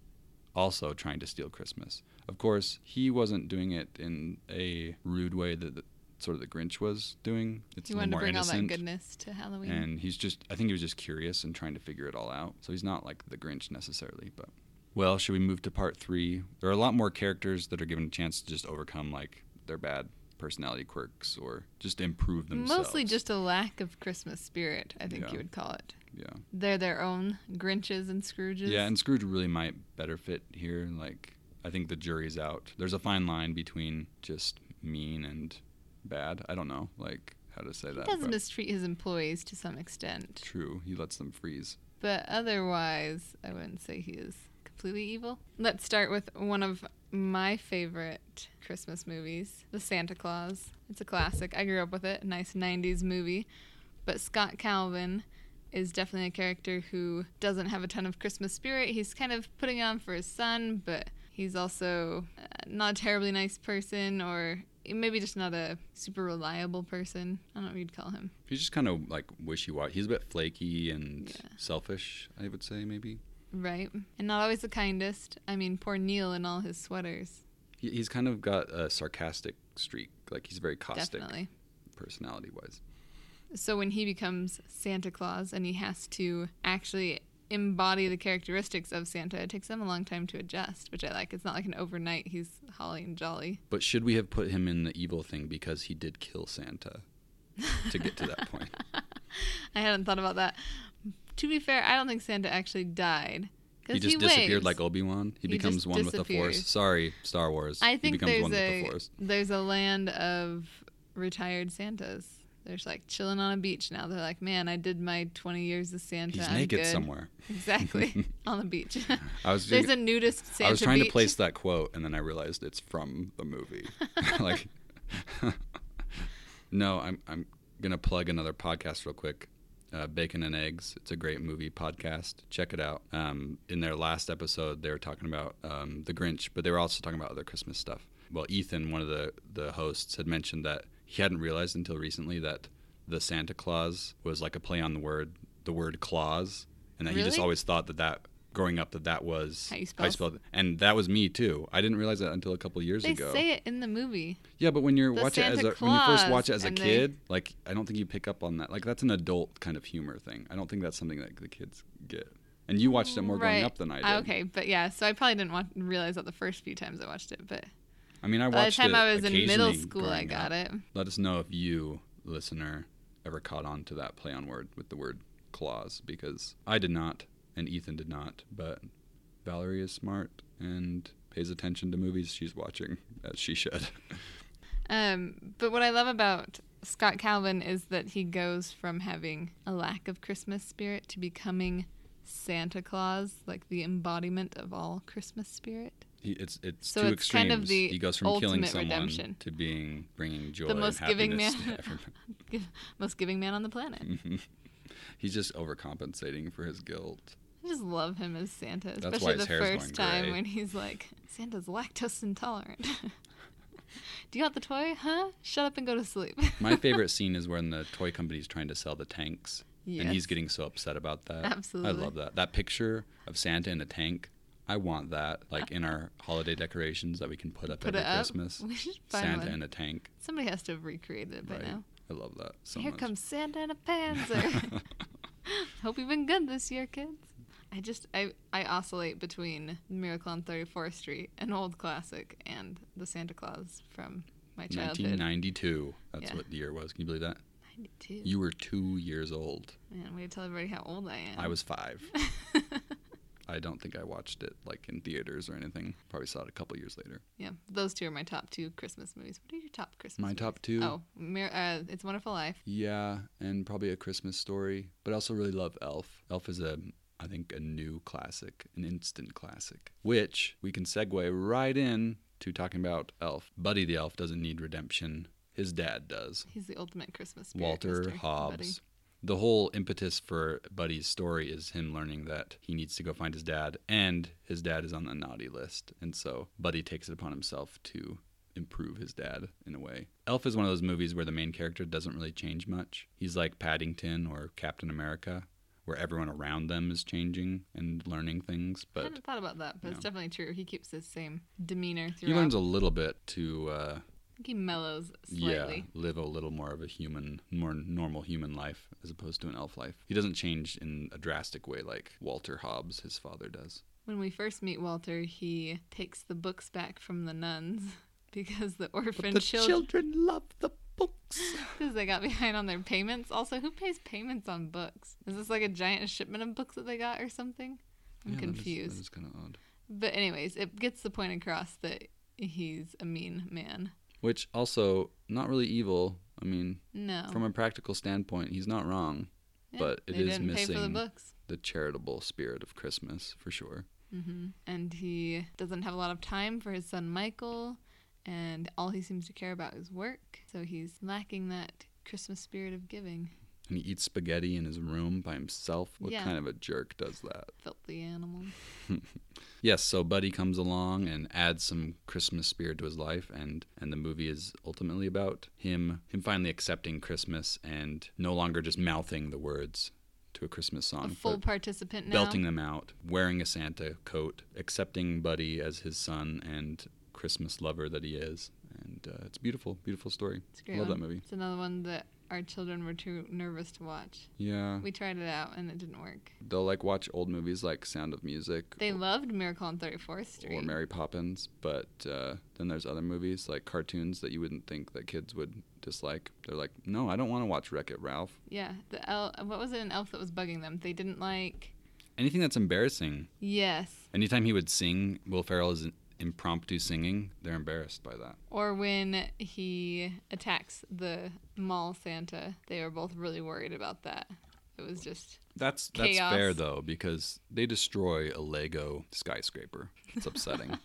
Speaker 1: also trying to steal Christmas. Of course, he wasn't doing it in a rude way that the, sort of the Grinch was doing. It's
Speaker 2: He
Speaker 1: a little
Speaker 2: wanted to
Speaker 1: more
Speaker 2: bring all that
Speaker 1: innocent.
Speaker 2: goodness to Halloween.
Speaker 1: And he's just, I think he was just curious and trying to figure it all out. So he's not like the Grinch necessarily, but. Well, should we move to part three? There are a lot more characters that are given a chance to just overcome like their bad personality quirks or just improve themselves.
Speaker 2: Mostly just a lack of Christmas spirit, I think
Speaker 1: Yeah.
Speaker 2: you would call it.
Speaker 1: Yeah.
Speaker 2: They're their own Grinches and Scrooges.
Speaker 1: Yeah, and Scrooge really might better fit here. Like, I think the jury's out. There's a fine line between just mean and bad. I don't know, like, how to say
Speaker 2: he
Speaker 1: that.
Speaker 2: does
Speaker 1: but
Speaker 2: mistreat his employees to some extent.
Speaker 1: True. He lets them freeze.
Speaker 2: But otherwise, I wouldn't say he is completely evil. Let's start with one of my favorite Christmas movies, The Santa Claus. It's a classic. I grew up with it, a nice 90s movie. But Scott Calvin is definitely a character who doesn't have a ton of Christmas spirit. He's kind of putting it on for his son, but he's also uh, not a terribly nice person or maybe just not a super reliable person. I don't know what you'd call him.
Speaker 1: He's just kind of like wishy washy. He's a bit flaky and
Speaker 2: Yeah.
Speaker 1: selfish, I would say, maybe.
Speaker 2: Right. And not always the kindest. I mean, poor Neil in all his sweaters.
Speaker 1: He- He's kind of got a sarcastic streak. Like he's very caustic
Speaker 2: Definitely.
Speaker 1: personality wise.
Speaker 2: So when he becomes Santa Claus and he has to actually embody the characteristics of Santa, it takes him a long time to adjust, which I like. It's not like an overnight he's holly and jolly.
Speaker 1: But should we have put him in the evil thing because he did kill Santa to get to that point?
Speaker 2: I hadn't thought about that. To be fair, I don't think Santa actually died. 'cause
Speaker 1: He just disappeared
Speaker 2: waves.
Speaker 1: like Obi Wan. He,
Speaker 2: He
Speaker 1: becomes
Speaker 2: just
Speaker 1: one with the Force.
Speaker 2: disappears.
Speaker 1: Sorry, Star Wars.
Speaker 2: I think
Speaker 1: he becomes
Speaker 2: there's
Speaker 1: one
Speaker 2: a
Speaker 1: with the Force.
Speaker 2: there's a land of retired Santas. They're just like chilling on a beach now. They're like, man, I did my 20 years as Santa.
Speaker 1: He's
Speaker 2: I'm
Speaker 1: naked
Speaker 2: good."
Speaker 1: somewhere.
Speaker 2: Exactly, on the beach.
Speaker 1: I was
Speaker 2: there's a nudist Santa.
Speaker 1: I was trying to
Speaker 2: beach.
Speaker 1: place that quote, and then I realized it's from the movie. like, no, I'm I'm gonna plug another podcast real quick. Uh, Bacon and Eggs. It's a great movie podcast. Check it out. Um, in their last episode, they were talking about um, the Grinch, but they were also talking about other Christmas stuff. Well, Ethan, one of the the hosts, had mentioned that he hadn't realized until recently that the Santa Claus was like a play on the word the word clause, and that he just
Speaker 2: Really?
Speaker 1: always thought that that growing up that that was
Speaker 2: How you spell-
Speaker 1: spelled, and that was me too. I didn't realize that until a couple years
Speaker 2: They
Speaker 1: ago.
Speaker 2: say it in the movie.
Speaker 1: yeah, but when you're
Speaker 2: The
Speaker 1: watch it as a,
Speaker 2: Santa
Speaker 1: when you first
Speaker 2: Claus,
Speaker 1: watch it as a
Speaker 2: and they-
Speaker 1: kid, like I don't think you pick up on that. Like that's an adult kind of humor thing. I don't think that's something that the kids get. And you watched it more growing
Speaker 2: Right.
Speaker 1: up than I did.
Speaker 2: Ah, Okay, but yeah, so I probably didn't want, realize that the first few times I watched it, but
Speaker 1: I mean, I
Speaker 2: by the
Speaker 1: watched
Speaker 2: time
Speaker 1: it
Speaker 2: I was in middle
Speaker 1: occasionally
Speaker 2: school, I
Speaker 1: growing
Speaker 2: got
Speaker 1: up.
Speaker 2: it.
Speaker 1: Let us know if you, listener, ever caught on to that play on word with the word clause because I did not and Ethan did not, but Valerie is smart and pays attention to movies she's watching as she should.
Speaker 2: Um, but what I love about Scott Calvin is that he goes from having a lack of Christmas spirit to becoming Santa Claus, like the embodiment of all Christmas spirit.
Speaker 1: He, it's it's
Speaker 2: So
Speaker 1: two
Speaker 2: it's
Speaker 1: extremes.
Speaker 2: kind of the
Speaker 1: he goes from killing
Speaker 2: ultimate
Speaker 1: someone
Speaker 2: redemption.
Speaker 1: to being bringing joy
Speaker 2: most
Speaker 1: and
Speaker 2: giving
Speaker 1: happiness
Speaker 2: man.
Speaker 1: to everyone.
Speaker 2: Most giving man on the planet.
Speaker 1: He's just overcompensating for his guilt.
Speaker 2: I just love him as Santa,
Speaker 1: That's why
Speaker 2: especially
Speaker 1: his
Speaker 2: the
Speaker 1: hair's going
Speaker 2: first time
Speaker 1: gray.
Speaker 2: when he's like, Santa's lactose intolerant. Do you want the toy? Huh? Shut up and go to sleep.
Speaker 1: My favorite scene is when the toy company's trying to sell the tanks, and he's
Speaker 2: Yes.
Speaker 1: getting so upset about that. I
Speaker 2: Absolutely.
Speaker 1: love that. That picture of Santa in a tank. I want that, like in our holiday decorations that we can put up
Speaker 2: Put
Speaker 1: every
Speaker 2: it up.
Speaker 1: Christmas.
Speaker 2: We should find
Speaker 1: Santa
Speaker 2: one.
Speaker 1: in a tank.
Speaker 2: Somebody has to have recreated it by
Speaker 1: Right.
Speaker 2: now.
Speaker 1: I love that so
Speaker 2: Here
Speaker 1: much.
Speaker 2: comes Santa in a panzer. Hope you've been good this year, kids. I just I, I oscillate between Miracle on 34th Street, an old classic, and the Santa Claus from my childhood.
Speaker 1: 1992. That's
Speaker 2: Yeah.
Speaker 1: what the year was. Can you believe that?
Speaker 2: 92.
Speaker 1: You were two years old.
Speaker 2: Man, way to tell everybody how old I am.
Speaker 1: I was five. I don't think I watched it like in theaters or anything. Probably saw it a couple years later.
Speaker 2: Yeah, those two are my top two Christmas movies. What are your top Christmas?
Speaker 1: My
Speaker 2: movies?
Speaker 1: top two.
Speaker 2: Oh, Mir- uh, It's a Wonderful Life.
Speaker 1: Yeah, and probably a Christmas story. But I also really love Elf. Elf is a I think a new classic, an instant classic, which we can segue right in to talking about Elf. Buddy the Elf doesn't need redemption. His dad does.
Speaker 2: He's the ultimate Christmas. Spirit,
Speaker 1: Walter
Speaker 2: Mr.
Speaker 1: Hobbs.
Speaker 2: Buddy.
Speaker 1: The whole impetus for Buddy's story is him learning that he needs to go find his dad, and his dad is on the naughty list. And so Buddy takes it upon himself to improve his dad in a way. Elf is one of those movies where the main character doesn't really change much. He's like Paddington or Captain America, where everyone around them is changing and learning things,
Speaker 2: I
Speaker 1: but
Speaker 2: hadn't thought about that, but it's
Speaker 1: No.
Speaker 2: definitely true. He keeps his same demeanor throughout.
Speaker 1: he learns a little bit to uh,
Speaker 2: I think he mellows
Speaker 1: Yeah,
Speaker 2: slightly.
Speaker 1: live a little more of a human, more normal human life as opposed to an elf life. He doesn't change in a drastic way like Walter Hobbs, his father, does.
Speaker 2: When we first meet Walter, he takes the books back from the nuns because the orphan children
Speaker 1: love the books.
Speaker 2: because they got behind on their payments. Also, who pays payments on books? Is this like a giant shipment of books that they got or something? I'm confused.
Speaker 1: That is, kind of odd.
Speaker 2: But anyways, it gets the point across that he's a mean man.
Speaker 1: Which also not really evil. I mean,
Speaker 2: No,
Speaker 1: from a practical standpoint, he's not wrong.
Speaker 2: Oh. Yeah,
Speaker 1: but it
Speaker 2: they
Speaker 1: is
Speaker 2: didn't pay for the
Speaker 1: missing-
Speaker 2: books,
Speaker 1: The charitable spirit of Christmas, for sure.
Speaker 2: and he doesn't have a lot of time for his son Michael, and all he seems to care about is work. So he's lacking that Christmas spirit of giving.
Speaker 1: And he eats spaghetti in his room by himself. What
Speaker 2: Yeah.
Speaker 1: kind of a jerk does that?
Speaker 2: Filthy animal.
Speaker 1: Yes, so Buddy comes along and adds some Christmas spirit to his life and and the movie is ultimately about him him finally accepting Christmas and no longer just mouthing the words to a Christmas
Speaker 2: A
Speaker 1: song.
Speaker 2: full
Speaker 1: but
Speaker 2: participant now.
Speaker 1: belting them out, wearing a Santa coat, accepting Buddy as his son and Christmas lover that he is and and uh, it's beautiful, beautiful story.
Speaker 2: It's a great.
Speaker 1: Love
Speaker 2: one.
Speaker 1: that movie.
Speaker 2: It's another one that our children were too nervous to watch.
Speaker 1: Yeah,
Speaker 2: We tried it out and it didn't work.
Speaker 1: they'll like watch old movies like Sound of Music
Speaker 2: They loved Miracle on 34th Street.
Speaker 1: or Mary Poppins, but uh, then there's other movies like cartoons that you wouldn't think that kids would dislike. They're like, no, I don't want to watch Wreck It Ralph.
Speaker 2: yeah, the elf. What was it? An elf that was bugging them. They didn't like.
Speaker 1: Anything that's embarrassing.
Speaker 2: Yes.
Speaker 1: Anytime he would sing, Will Ferrell's impromptu singing, they're embarrassed by that.
Speaker 2: Or when he attacks the mall Santa, they were both really worried about that. It was just
Speaker 1: That's
Speaker 2: Chaos.
Speaker 1: that's fair though because they destroy a Lego skyscraper. It's upsetting.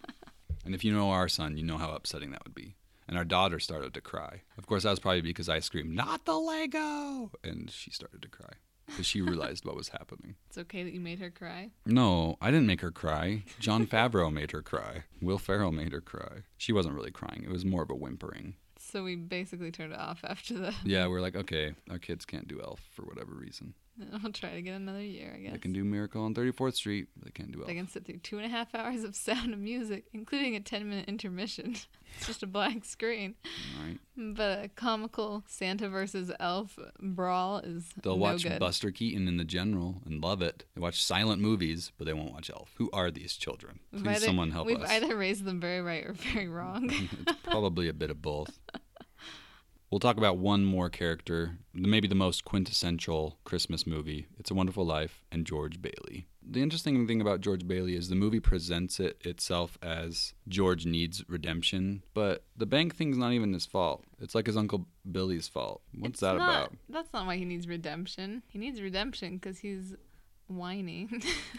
Speaker 1: and if you know our son, you know how upsetting that would be. And our daughter started to cry. Of course, that was probably because I screamed, "Not the Lego!" and she started to cry because she realized what was happening.
Speaker 2: it's okay that you made her cry.
Speaker 1: No, I didn't make her cry. John Favreau made her cry. Will Ferrell made her cry. She wasn't really crying. It was more of a whimpering.
Speaker 2: So we basically turned it off after the.
Speaker 1: Yeah, we're like, okay, our kids can't do Elf for whatever reason.
Speaker 2: I'll try to get another year, I guess.
Speaker 1: They can do Miracle on 34th Street. but They can't do Elf.
Speaker 2: They can sit through two and a half hours of sound and music, including a 10 minute intermission. it's just a blank screen.
Speaker 1: All right.
Speaker 2: But a comical Santa versus elf brawl is
Speaker 1: They'll
Speaker 2: no
Speaker 1: watch
Speaker 2: good.
Speaker 1: Buster Keaton in The General and love it. They watch silent movies, but they won't watch Elf. Who are these children?
Speaker 2: We've
Speaker 1: Please,
Speaker 2: either-
Speaker 1: someone help
Speaker 2: We've
Speaker 1: us.
Speaker 2: either raised them very right or very wrong.
Speaker 1: it's probably a bit of both. We'll talk about one more character, maybe the most quintessential Christmas movie. It's a Wonderful Life and George Bailey. The interesting thing about George Bailey is the movie presents it itself as George needs redemption, but the bank thing's not even his fault. It's like his uncle Billy's fault. What's
Speaker 2: It's
Speaker 1: that
Speaker 2: not-
Speaker 1: about?
Speaker 2: That's not why he needs redemption. He needs redemption because he's whiny.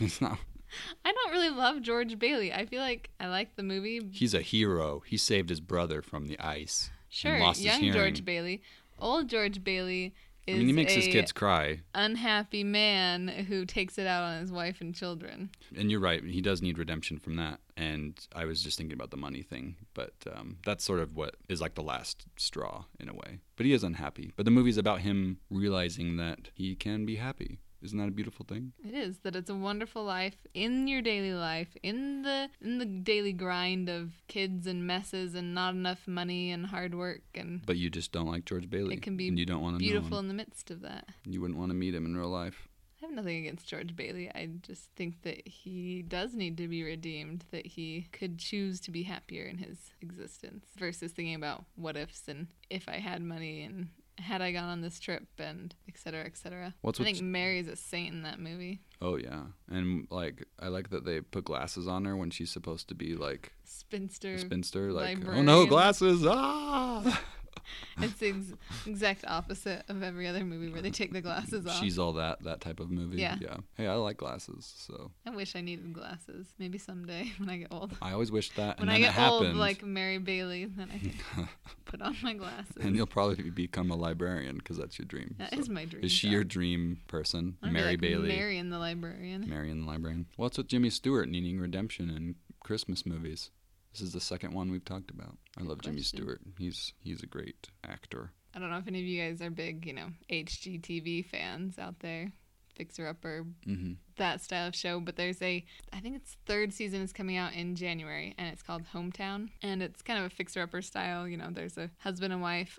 Speaker 1: It's not
Speaker 2: I don't really love George Bailey. I feel like I like the movie.
Speaker 1: He's a hero. He saved his brother from the ice.
Speaker 2: Sure,
Speaker 1: lost his
Speaker 2: young
Speaker 1: hearing.
Speaker 2: George Bailey. Old George Bailey
Speaker 1: I
Speaker 2: is
Speaker 1: mean, he makes his
Speaker 2: a
Speaker 1: kids cry.
Speaker 2: unhappy man who takes it out on his wife and children.
Speaker 1: And you're right. He does need redemption from that. And I was just thinking about the money thing. But um, that's sort of what is like the last straw in a way. But he is unhappy. But the movie's about him realizing that he can be happy. Isn't that a beautiful thing?
Speaker 2: It is that it's a wonderful life in your daily life, in the in the daily grind of kids and messes and not enough money and hard work and
Speaker 1: But you just don't like George Bailey.
Speaker 2: It can be
Speaker 1: and you don't want to
Speaker 2: beautiful
Speaker 1: Know him.
Speaker 2: in the midst of that.
Speaker 1: You wouldn't want to meet him in real life.
Speaker 2: I have nothing against George Bailey. I just think that he does need to be redeemed, that he could choose to be happier in his existence versus thinking about what ifs and if I had money and had I gone on this trip and et cetera, et cetera.
Speaker 1: What's
Speaker 2: I
Speaker 1: with-
Speaker 2: think Mary's a saint in that movie.
Speaker 1: Oh yeah. And like, I like that they put glasses on her when she's supposed to be like
Speaker 2: Spinster.
Speaker 1: a spinster. Like, oh no,
Speaker 2: librarian.
Speaker 1: glasses! Ah.
Speaker 2: it's the ex- exact opposite of every other movie where they take the glasses off.
Speaker 1: She's all that that type of movie.
Speaker 2: Yeah.
Speaker 1: Hey, I like glasses, so
Speaker 2: I wish I needed glasses. Maybe someday when I get old.
Speaker 1: I always wish that. And
Speaker 2: when I
Speaker 1: then it
Speaker 2: get
Speaker 1: happened,
Speaker 2: old, like Mary Bailey, then I can put on my glasses.
Speaker 1: and you'll probably become a librarian because that's your dream.
Speaker 2: That
Speaker 1: so.
Speaker 2: is my dream.
Speaker 1: Is she
Speaker 2: job.
Speaker 1: your dream person,
Speaker 2: I wanna be
Speaker 1: Mary
Speaker 2: like
Speaker 1: Bailey,
Speaker 2: Mary in the librarian.
Speaker 1: Mary in the librarian? What's with Jimmy Stewart needing redemption in Christmas movies? This is the second one we've talked about. I love Jimmy
Speaker 2: question.
Speaker 1: Stewart. He's he's a great actor.
Speaker 2: I don't know if any of you guys are big, you know, HGTV fans out there, Fixer Upper,
Speaker 1: hmm
Speaker 2: that style of show. But there's a, I think its third season is coming out in January, and it's called Hometown, and it's kind of a Fixer Upper style. You know, there's a husband and wife.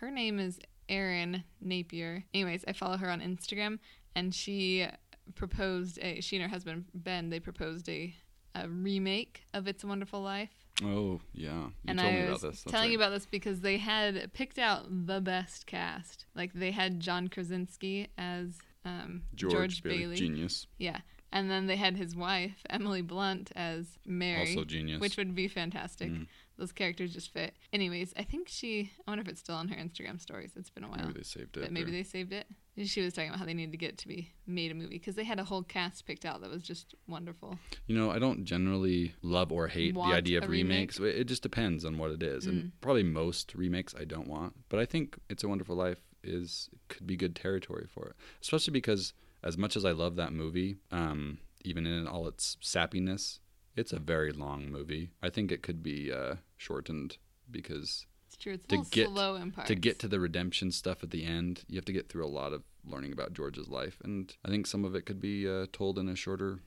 Speaker 2: Her name is Erin Napier. Anyways, I follow her on Instagram, and she proposed a. She and her husband Ben they proposed a, a remake of It's a Wonderful Life.
Speaker 1: Oh yeah, you
Speaker 2: and
Speaker 1: told
Speaker 2: I
Speaker 1: me
Speaker 2: was
Speaker 1: about this. That's
Speaker 2: telling you
Speaker 1: right.
Speaker 2: about this because they had picked out the best cast. Like they had John Krasinski as um, George, Bailey,
Speaker 1: genius,
Speaker 2: yeah, and then they had his wife Emily Blunt as Mary,
Speaker 1: also genius.
Speaker 2: which would be fantastic.
Speaker 1: Mm.
Speaker 2: Those characters just fit. Anyways, I think she. I wonder if it's still on her Instagram stories. It's been a while,
Speaker 1: maybe they saved it.
Speaker 2: but maybe
Speaker 1: or-
Speaker 2: they saved it. She was talking about how they needed to get to be made a movie because they had a whole cast picked out that was just wonderful.
Speaker 1: You know, I don't generally love or hate
Speaker 2: Want
Speaker 1: the idea
Speaker 2: a
Speaker 1: of
Speaker 2: remake?
Speaker 1: remakes.
Speaker 2: Mm.
Speaker 1: It it just depends on what it is, and probably most remakes I don't want. But I think "It's a Wonderful Life" is could be good territory for it, especially because as much as I love that movie, um, even in all its sappiness, it's a very long movie. I think it could be uh, shortened because
Speaker 2: It's true. It's a
Speaker 1: To
Speaker 2: little
Speaker 1: get-
Speaker 2: slow in parts.
Speaker 1: to get to the redemption stuff at the end, you have to get through a lot of learning about George's life, and I think some of it could be uh, told in a shorter,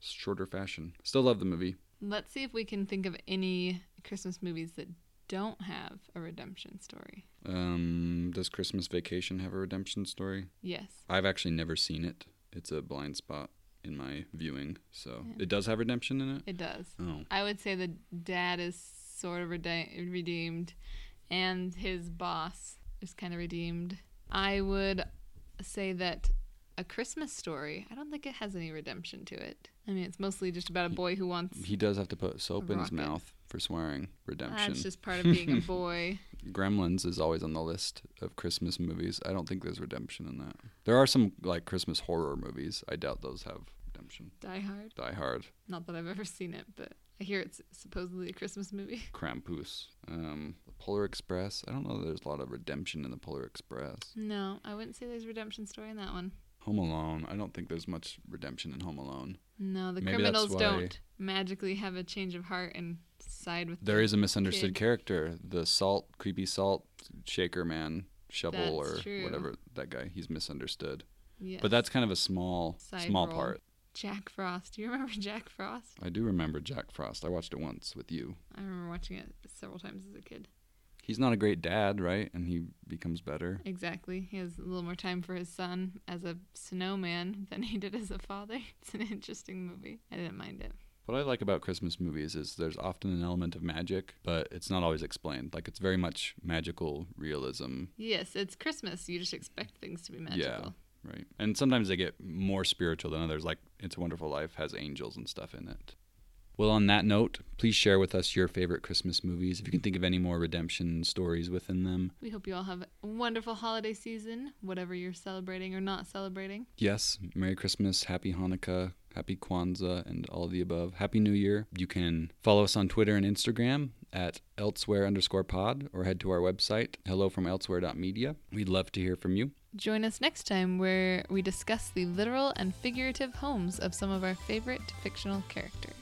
Speaker 1: shorter fashion. Still love the movie.
Speaker 2: Let's see if we can think of any Christmas movies that don't have a redemption story.
Speaker 1: Um, does Christmas Vacation have a redemption story?
Speaker 2: Yes.
Speaker 1: I've actually never seen it. It's a blind spot in my viewing. So
Speaker 2: Yeah.
Speaker 1: it does have redemption in it.
Speaker 2: It does.
Speaker 1: Oh,
Speaker 2: I would say the dad is sort of rede- redeemed, and his boss is kind of redeemed. I would say that a Christmas story. I don't think it has any redemption to it. I mean, it's mostly just about a boy who wants.
Speaker 1: he does have to put soap in his
Speaker 2: rocket.
Speaker 1: mouth for swearing. Redemption.
Speaker 2: That's just part of being a boy.
Speaker 1: Gremlins is always on the list of Christmas movies. I don't think there's redemption in that. There are some like Christmas horror movies. I doubt those have redemption.
Speaker 2: Die Hard.
Speaker 1: Die Hard,
Speaker 2: Not that I've ever seen it, but I hear it's supposedly a Christmas movie.
Speaker 1: Krampus, um, Polar Express. I don't know. That there's a lot of redemption in the Polar Express.
Speaker 2: No, I wouldn't say there's a redemption story in that one.
Speaker 1: Home Alone. I don't think there's much redemption in Home Alone.
Speaker 2: No, the
Speaker 1: Maybe that's
Speaker 2: criminals
Speaker 1: why-
Speaker 2: don't magically have a change of heart and side with.
Speaker 1: There
Speaker 2: the-
Speaker 1: is a misunderstood
Speaker 2: Kid.
Speaker 1: character, the salt, creepy salt shaker man, shovel
Speaker 2: That's
Speaker 1: or
Speaker 2: true.
Speaker 1: whatever that guy. He's misunderstood.
Speaker 2: Yes.
Speaker 1: But that's kind of a small,
Speaker 2: Side
Speaker 1: small
Speaker 2: role.
Speaker 1: part.
Speaker 2: Jack Frost. Do you remember Jack Frost?
Speaker 1: I do remember Jack Frost. I watched it once with you.
Speaker 2: I remember watching it several times as a kid.
Speaker 1: He's not a great dad, right? And he becomes better.
Speaker 2: Exactly. He has a little more time for his son as a snowman than he did as a father. It's an interesting movie. I didn't mind it.
Speaker 1: What I like about Christmas movies is there's often an element of magic, but it's not always explained. Like it's very much magical realism,
Speaker 2: Yes, it's Christmas. You just expect things to be magical.
Speaker 1: right? And sometimes they get more spiritual than others. Like It's a Wonderful Life has angels and stuff in it. Well, on that note, please share with us your favorite Christmas movies. If you can think of any more redemption stories within them.
Speaker 2: We hope you all have a wonderful holiday season, whatever you're celebrating or not celebrating.
Speaker 1: Yes, Merry Christmas, Happy Hanukkah, Happy Kwanzaa, and all of the above. Happy New Year. You can follow us on Twitter and Instagram at elsewhere underscore pod or head to our website, hello from elsewhere.media. We'd love to hear from you.
Speaker 2: Join us next time where we discuss the literal and figurative homes of some of our favorite fictional characters.